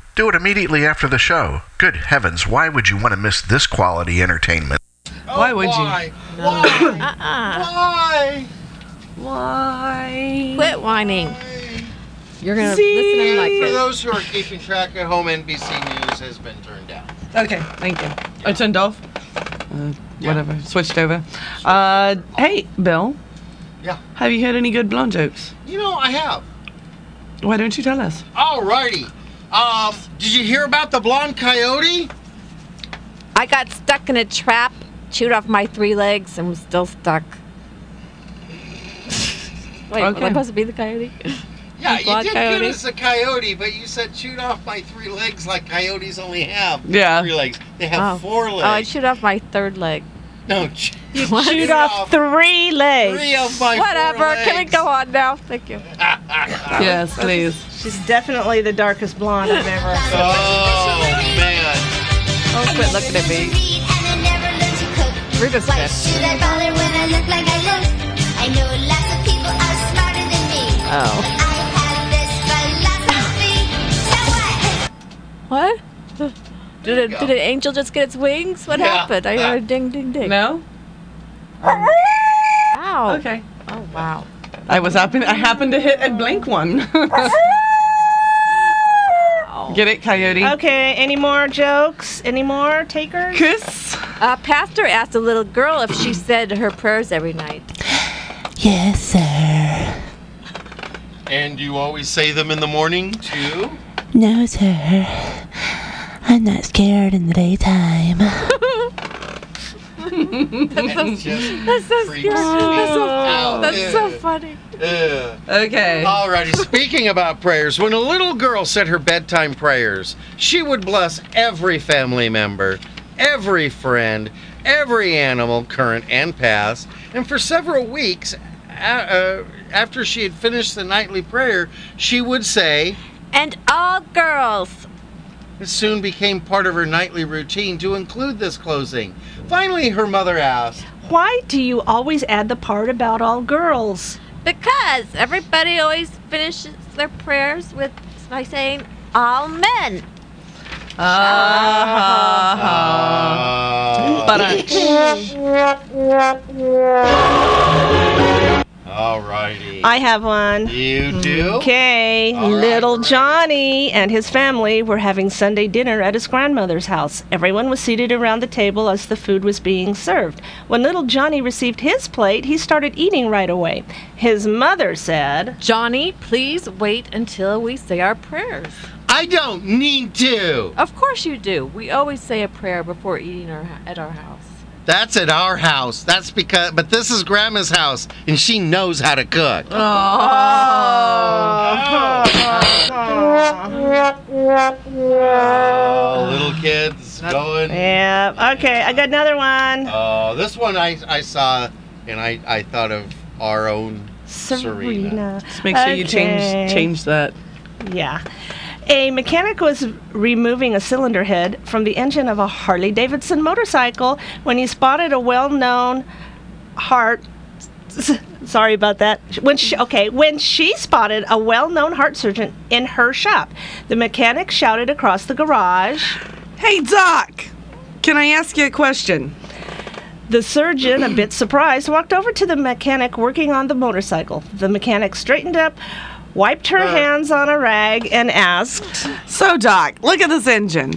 Do it immediately after the show. Good heavens, why would you want to miss this quality entertainment?
why would
Oh, why?
you?
Uh-uh.
Why?
Why?
Quit whining. You're gonna
See?
listen and like
For
it.
those who are keeping track at home, NBC News has been turned down.
Okay, thank you. I turned off. Uh, Whatever, switched over. Uh, hey, Bill.
Yeah.
Have you heard any good blonde jokes?
You know, I have.
Why don't you tell us?
Alrighty. Um, did you hear about the blonde coyote?
I got stuck in a trap, chewed off my three legs, and was still stuck. Wait, was I
Okay.
supposed to be the coyote?
Yeah, you
Blonde
did
coyote.
good as a coyote, but you said shoot off my three legs like coyotes only have.
Yeah.
Three legs. They have
oh.
four
Oh, I
legs.
chewed off my third leg.
no, ch-
You chewed off three legs.
Three of my four
Whatever. Can we
legs.
go on now? Thank you.
Yes, please.
She's definitely the darkest blonde I've ever.
<laughs>
Oh man.
Oh, quit looking at me. Rubik's
Why should I bother when I look like I look? I know lots of people are smarter than me.
Oh.
I have this philosophy. So what?
What? Did,
you
a,
go.
did an angel just get its wings? What
Yeah.
happened? I heard a ding, ding, ding.
No?
Ow.
Okay.
Oh, wow.
I was happen- I happened to hit a blank one.
<laughs>
Get it, coyote?
Okay, any more jokes? Any more takers?
Kiss.
A Uh, pastor asked a little girl if she said her prayers every night.
Yes, sir.
And you always say them in the morning too?
No, sir. I'm not scared in the
<laughs>
daytime.
That's just
<laughs> That's so
freaks
scary. That's so,
out.
that's so funny.
Ugh.
Oh,
Okay.
Alrighty, speaking about prayers, when a little girl said her bedtime prayers, she would bless every family member, every friend, every animal, current and past. And for several weeks, a- uh, after she had finished the nightly prayer, she would say,
And all girls.
It soon became part of her nightly routine to include this closing. Finally, her mother asked,
Why do you always add the part about all girls?
Because everybody always finishes their prayers with by saying, all men.
But I.
uh,
All righty.
I have one.
You do?
Okay.
All right,
Little Johnny and his family were having Sunday dinner at his grandmother's house. Everyone was seated around the table as the food was being served. When Little Johnny received his plate, he started eating right away. His mother said,
Johnny, please wait until we say our prayers.
I don't need to.
Of course you do. We always say a prayer before eating our, at our house.
That's at our house. That's because, but this is Grandma's house, and she knows how to cook. Oh, little kids going.
Yeah. Okay. I got another one.
Oh, this one I, I saw, and I, I thought of our own Serena.
Serena.
Just make sure you
Okay.
change change that.
Yeah. A mechanic was removing a cylinder head from the engine of a Harley Davidson motorcycle when he spotted a well known heart. <laughs> Sorry about that. When she, okay, when she spotted a well known heart surgeon in her shop, the mechanic shouted across the garage
Hey, Doc! Can I ask you a question?
The surgeon, a bit surprised, walked over to the mechanic working on the motorcycle. The mechanic straightened up, wiped her hands on a rag, and asked,
So, Doc, look at this engine.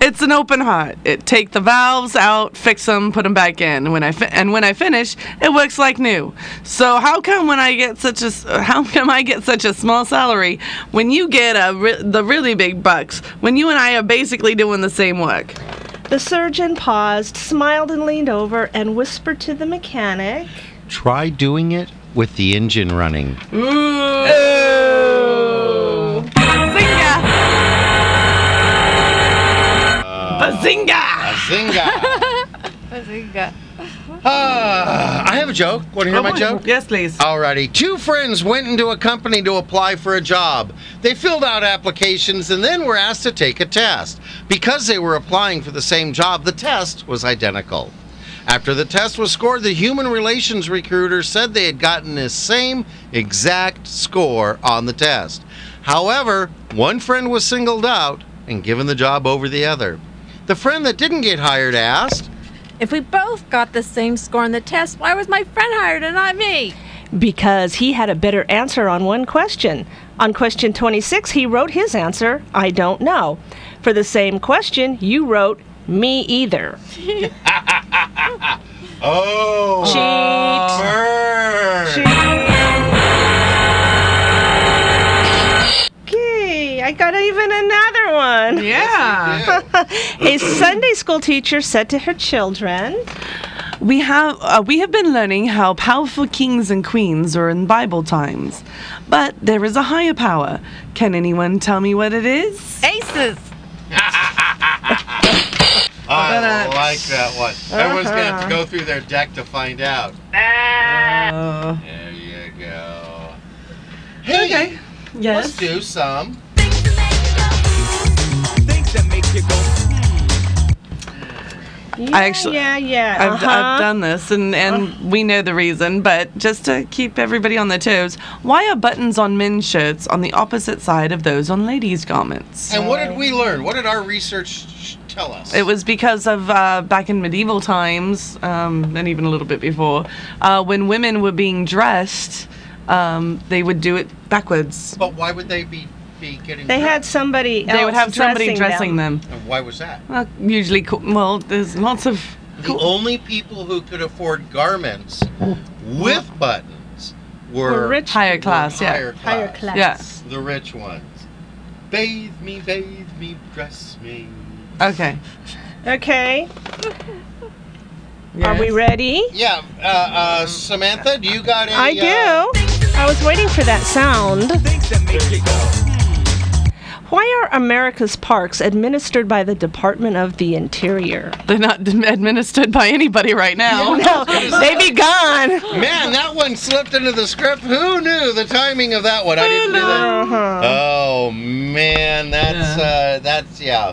It's an open heart. It take the valves out, fix them, put them back in. When I fi- and when I finish, it works like new. So how come when I get such a s- how come I get such a small salary when you get a re- the really big bucks when you and I are basically doing the same work?
The surgeon paused, smiled, and leaned over and whispered to the mechanic,
Try doing it with the engine running.
Bazinga!
Bazinga.
Ah, I Uh, have a joke. Want to hear
Oh,
my
my-
joke?
Yes, please.
Alrighty. Two friends went into a company to apply for a job. They filled out applications and then were asked to take a test. Because they were applying for the same job, the test was identical. After the test was scored, the human relations recruiter said they had gotten the same exact score on the test. However, one friend was singled out and given the job over the other. The friend that didn't get hired asked,
If we both got the same score on the test, why was my friend hired and not me?
because he had a better answer on one question. On question 26, he wrote his answer, I don't know. For the same question, you wrote, me either.
Oh,
Cheat. Okay, I got even another one.
Yeah.
a Sunday school teacher said to her children,
We have uh, we have been learning how powerful kings and queens are in Bible times, but there is a higher power. Can anyone tell me what it is?
Aces.
I like that one. Everyone's gonna have to
Uh-huh.
go through their deck to find out.
Uh-huh.
There you go. Hey, okay.
Yes.
Let's do some.
I actually,
yeah, yeah.
I've,
uh-huh.
I've done this, and and we know the reason, but just to keep everybody on their toes, why are buttons on men's shirts on the opposite side of those on ladies' garments?
And what did we learn? What did our research sh- tell us?
Uh-huh. It was because of uh, back in medieval times, um, and even a little bit before, uh, when women were being dressed, um, they would do it backwards.
But why would they be, be getting?
They had somebody
They would
else
have somebody dressing them.
And why was that?
Well, usually, co- well, there's lots of.
The only people who could afford garments with buttons were,
Were rich Higher
were
class, yeah.
higher
Higher
class,
class.
the rich ones. Bathe me, bathe me, dress me.
Okay.
Okay. Are we ready?
Yeah, uh, uh, Samantha, do you got any? uh,
I do. I was waiting for that sound. hmm. Why are America's parks administered by the Department of the Interior?
They're not administered by anybody right now.
<laughs> No, they be gone.
Uh, man, that one slipped into the script. Who knew the timing of that one? I didn't do that. Oh man, that's uh, that's yeah.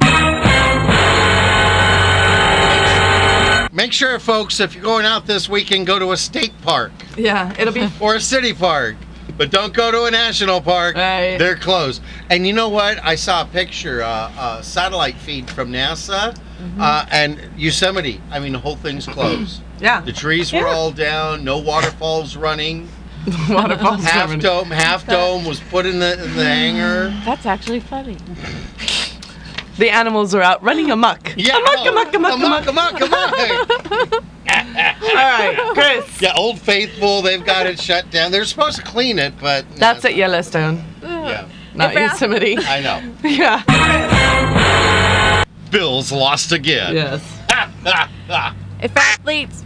Make sure, folks, if you're going out this weekend, go to a state park.
Yeah, it'll be.
or a city park. But don't go to a national park. They're closed. And you know what? I saw a picture, uh, a satellite feed from NASA,
Mm-hmm.
uh, and Yosemite. I mean, the whole thing's closed.
<clears throat> Yeah. <laughs>
The trees were all down. No waterfalls running.
Waterfall
half
ceremony.
dome, half dome was put in the in the hangar.
That's actually funny.
The animals are out running amok.
Yeah,
amok,
oh,
amok, amok, amok,
amok, amok.
<laughs> All <laughs> right, Chris.
Yeah, Old Faithful, they've got it shut down. They're supposed to clean it, but
That's at Yellowstone,
yeah,
not Yosemite.
I know.
<laughs> yeah.
Bills lost again.
Yes.
If athletes,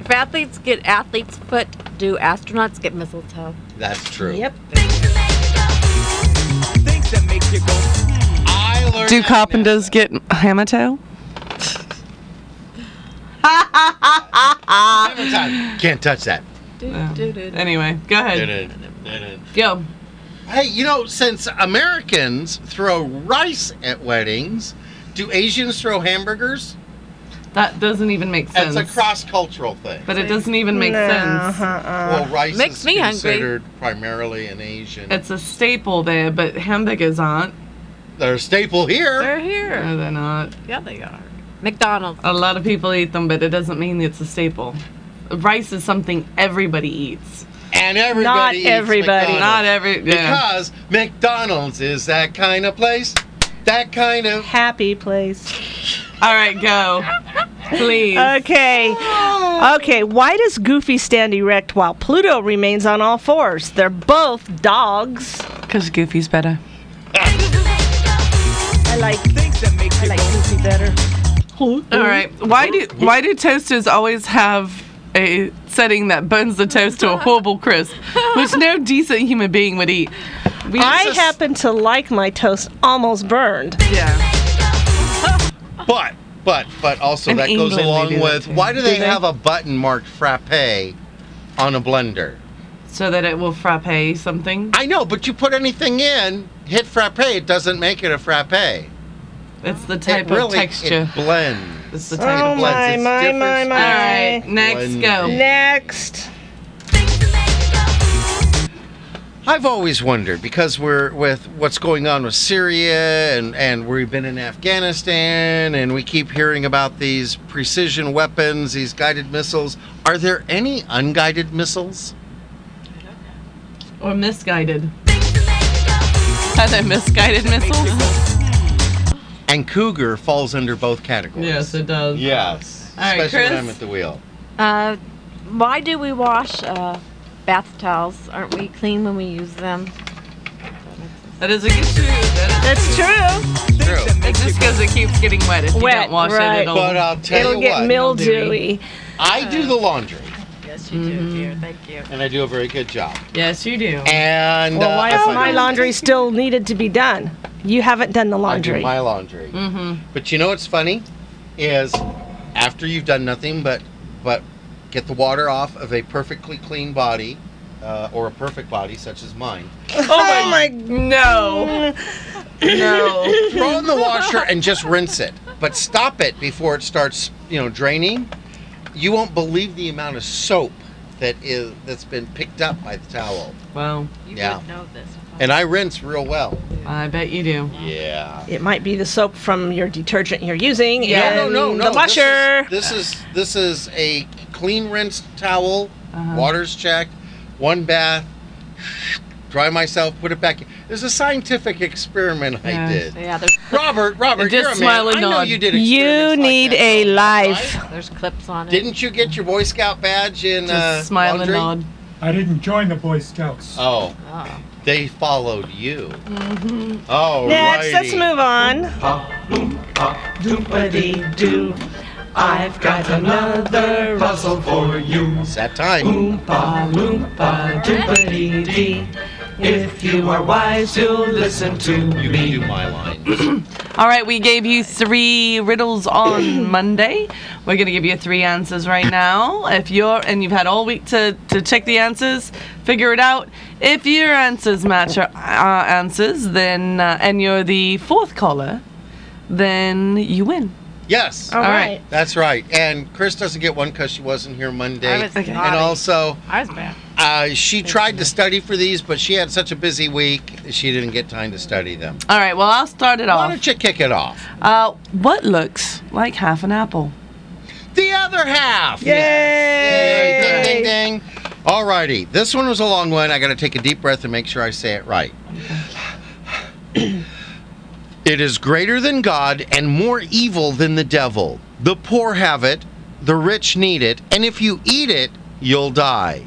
if athletes get athlete's foot, do astronauts get mistletoe?
That's true.
Yep.
Do carpenters get hammer toe?
Can't touch that.
Anyway, go ahead. Go.
Hey, you know, since Americans throw rice at weddings, do Asians throw hamburgers?
That doesn't even make sense.
It's a cross-cultural thing.
But it doesn't even make No, sense. uh-uh.
Well, rice
Makes
is
me hungry.
considered primarily an Asian.
It's a staple there, but hamburgers aren't.
They're a staple here.
They're here.
No, they're not.
Yeah, they are. McDonald's.
A lot of people eat them, but it doesn't mean it's a staple. Rice is something everybody eats.
And everybody
Not
eats
everybody.
McDonald's.
Not every- yeah.
Because McDonald's is that kind of place. That kind of
happy place.
All right, go. Please.
Okay. Okay. Why does Goofy stand erect while Pluto remains on all fours? They're both dogs.
Because Goofy's better.
I like. I like Goofy better. All
All right. Why do why do toasters always have a setting that burns the toast to a horrible crisp, which no decent human being would eat? We
I
just-
happen to like my toast almost burned.
Yeah.
But but but also
In
that goes
England,
along
they do that
with
too.
why do
Do
they,
they?
have a button marked frappe on a blender?
so that it will frappe something.
I know, but you put anything in, hit frappe, it doesn't make it a frappe.
It's the type
It
of
really
texture.
It blends.
It's the
type
Oh
of
my
blends.
my my my!
All right, next go.
Next.
I've always wondered because we're with what's going on with Syria and, and we've been in Afghanistan and we keep hearing about these precision weapons, these guided missiles. Are there any unguided missiles?
Or misguided. Are there <laughs> misguided missiles?
And Cougar falls under both categories.
Yes, it does.
Yes.
All right,
Especially
Chris.
when I'm at the wheel.
Uh, why do we wash uh, bath towels? Aren't we clean when we use them?
That is a good true.
That's true.
It's just because it keeps getting wet. If you
Wet,
don't wash
right.
it, it'll,
But uh, I'll tell
Oh. It'll
you
get
what,
mildewy.
I do the laundry
Yes, you do, dear. Thank you.
and I do a very good job.
Yes, you do.
And
Well,
uh,
why
if
is
I-
my laundry still needed to be done? You haven't done the
I do
laundry.
my laundry.
Mm-hmm.
But you know what's funny is after you've done nothing but but get the water off of a perfectly clean body uh, or a perfect body such as mine,
Oh my!
No.
no, throw in the washer and just rinse it. But stop it before it starts, you know, draining. You won't believe the amount of soap that is that's been picked up by the towel.
Wow.
yeah,
know this.
and I rinse real well.
I bet you do.
Yeah.
It might be the soap from your detergent you're using.
Yeah, no,
and
no, no.
The
This is-
washer.
This is this is, a clean rinsed towel. Water's checked. One bath. Dry myself. Put it back. in. There's a scientific experiment I did.
Yeah, there's
Robert, Robert,
Just
you're a
smile
man.
and
I know
nod.
you did.
You
experiments like
need
that,
a
Robert,
life.
right?
There's clips on it.
Didn't you get your Boy Scout badge in? uh, laundry?
I didn't join the Boy Scouts.
Oh, they followed you.
Mhm.
Oh,
Next, let's move on. Doopity doo. I've got another puzzle for you.
It's that time.
Oompa loompa doopity dee. If you are wise, you'll listen to
You
me.
do my line.
All right, we gave you three riddles on
<clears throat>
Monday. We're going to give you three answers right now. If you're, and you've had all week to, to check the answers, figure it out. If your answers match our, our answers, then, uh, and you're the fourth caller, then you win.
Yes.
All All right. right.
That's right. And Chris doesn't get one because she wasn't here Monday.
I was
and
naughty.
also,
I was bad.
Uh, she tried to study for these, but she had such a busy week, she didn't get time to study them.
All right, well, I'll start it
Why
off.
don't you kick it off?
Uh, what looks like half an apple?
The other half.
Yay!
Yay, Ding, ding, ding. Alrighty, this one was a long one. I got to take a deep breath and make sure I say it right. <clears throat> it is greater than God and more evil than the devil. The poor have it, the rich need it, and if you eat it, you'll die.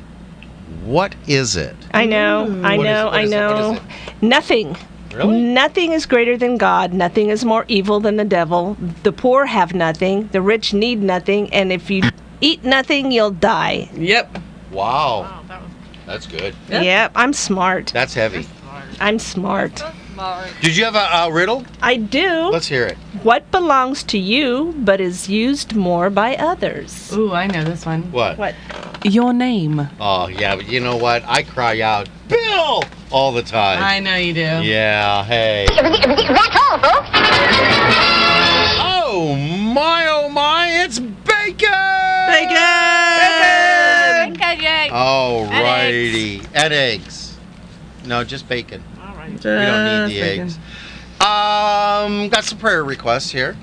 What is it?
I know, I
What is
know,
it? What
I
is it? What
know. Nothing.
Really?
Nothing is greater than God. Nothing is more evil than the devil. The poor have nothing. The rich need nothing. And if you eat nothing, you'll die.
Yep.
Wow. That's good.
Yep. I'm smart.
That's heavy.
I'm smart.
Did you have a, a riddle?
I do.
Let's hear it.
What belongs to you but is used more by others?
Ooh, I know this one.
What?
What?
Your name.
Oh, yeah, but you know what? I cry out, Bill, all the time.
I know you do.
Yeah, hey.
That's all, folks.
Oh my, oh my, it's
Bacon! Bacon! Bacon!
All
And
righty. And eggs. No, just bacon. All right. we don't need the
Just bacon.
eggs. Um, got some prayer requests here.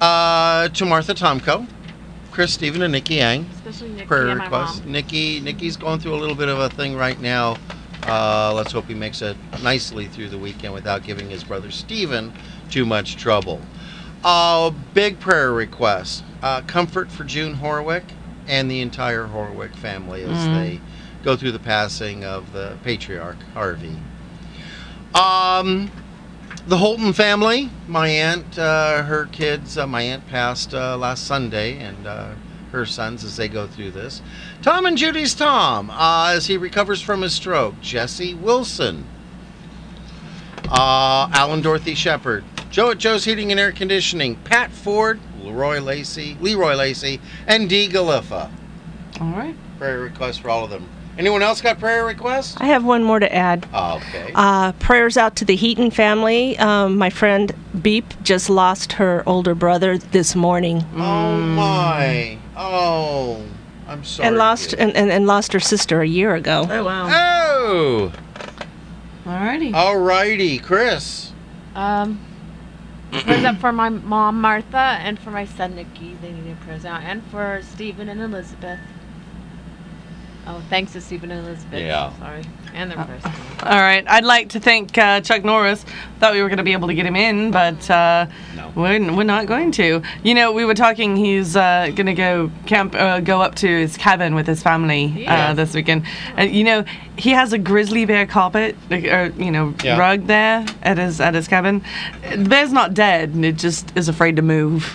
Uh, to Martha Tomko, Chris, Stephen, and Nikki Yang.
Especially Nikki
prayer
and my
requests. Nikki, Nikki's going through a little bit of a thing right now. Uh, let's hope he makes it nicely through the weekend without giving his brother Stephen too much trouble. Uh, big prayer request. Uh, comfort for June Horwick and the entire Horwick family as
Mm.
they go through the passing of the patriarch, Harvey. Um, the Holton family, my aunt, uh, her kids, uh, my aunt passed uh, last Sunday, and uh, her sons as they go through this. Tom and Judy's Tom uh, as he recovers from his stroke. Jesse Wilson. Uh, Alan Dorothy Shepherd. Joe at Joe's Heating and Air Conditioning. Pat Ford, Leroy Lacey, Leroy Lacey, and Dee Galiffa.
All right.
Prayer requests for all of them. Anyone else got prayer requests?
I have one more to add.
Okay.
Uh, prayers out to the Heaton family. Um, my friend Beep just lost her older brother this morning.
Oh my. Oh. I'm sorry.
and lost and, and, and lost her sister a year ago.
Oh wow.
Oh.
Alrighty.
Alrighty, Chris.
Um, prayers up for my mom, Martha, and for my son, Nikki. They need a prayers out. And for Stephen and Elizabeth. Oh, thanks to Stephen and Elizabeth.
Yeah.
Sorry. And their prayers.
All right. I'd like to thank uh, Chuck Norris. Thought we were going to be able to get him in, but uh, we're, we're not going to. You know, we were talking. He's uh, going to go camp, uh, go up to his cabin with his family uh,
Yes.
this weekend. And you know, he has a grizzly bear carpet like, or you know
Yeah.
rug there at his at his cabin. The bear's not dead, and it just is afraid to move.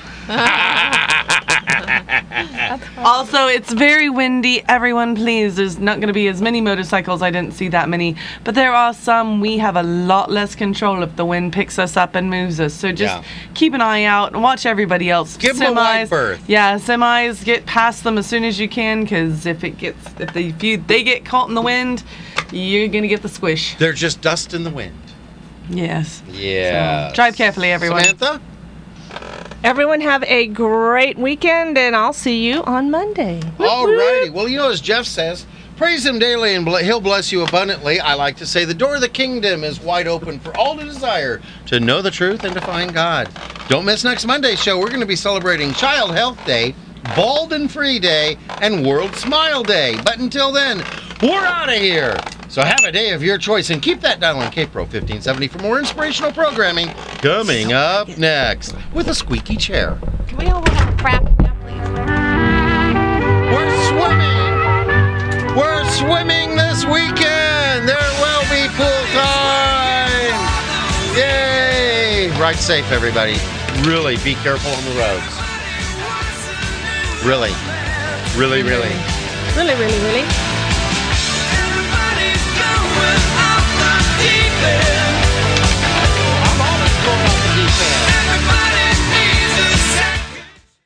Also, it's very windy. Everyone, please. There's not going to be as many motorcycles. I didn't see that many, but there are some. We have a lot less control if the wind picks us up and moves us. So just
Yeah.
keep an eye out and watch everybody else.
Give 'em a wide berth.
Yeah, semis. Get past them as soon as you can, because if it gets, if they, if you, they get caught in the wind, you're gonna get the squish.
They're just dust in the wind.
Yes.
Yeah.
Drive carefully, everyone.
Samantha?
Everyone have a great weekend, and I'll see you on Monday.
<laughs> Alrighty. Well, you know, as Jeff says, praise him daily and bl- he'll bless you abundantly. I like to say the door of the kingdom is wide open for all to desire to know the truth and to find God. Don't miss next Monday's show. We're going to be celebrating Child Health Day, Bald and Free Day, and World Smile Day. But until then, we're out of here. So have a day of your choice and keep that dial on Capro 1570 for more inspirational programming coming up next with a squeaky chair.
Can we all have crap now, please?
We're swimming! We're swimming this weekend. There will be pool time. Yay! Ride safe, everybody. Really, be careful on the roads. Really, really, really.
Really, really, really.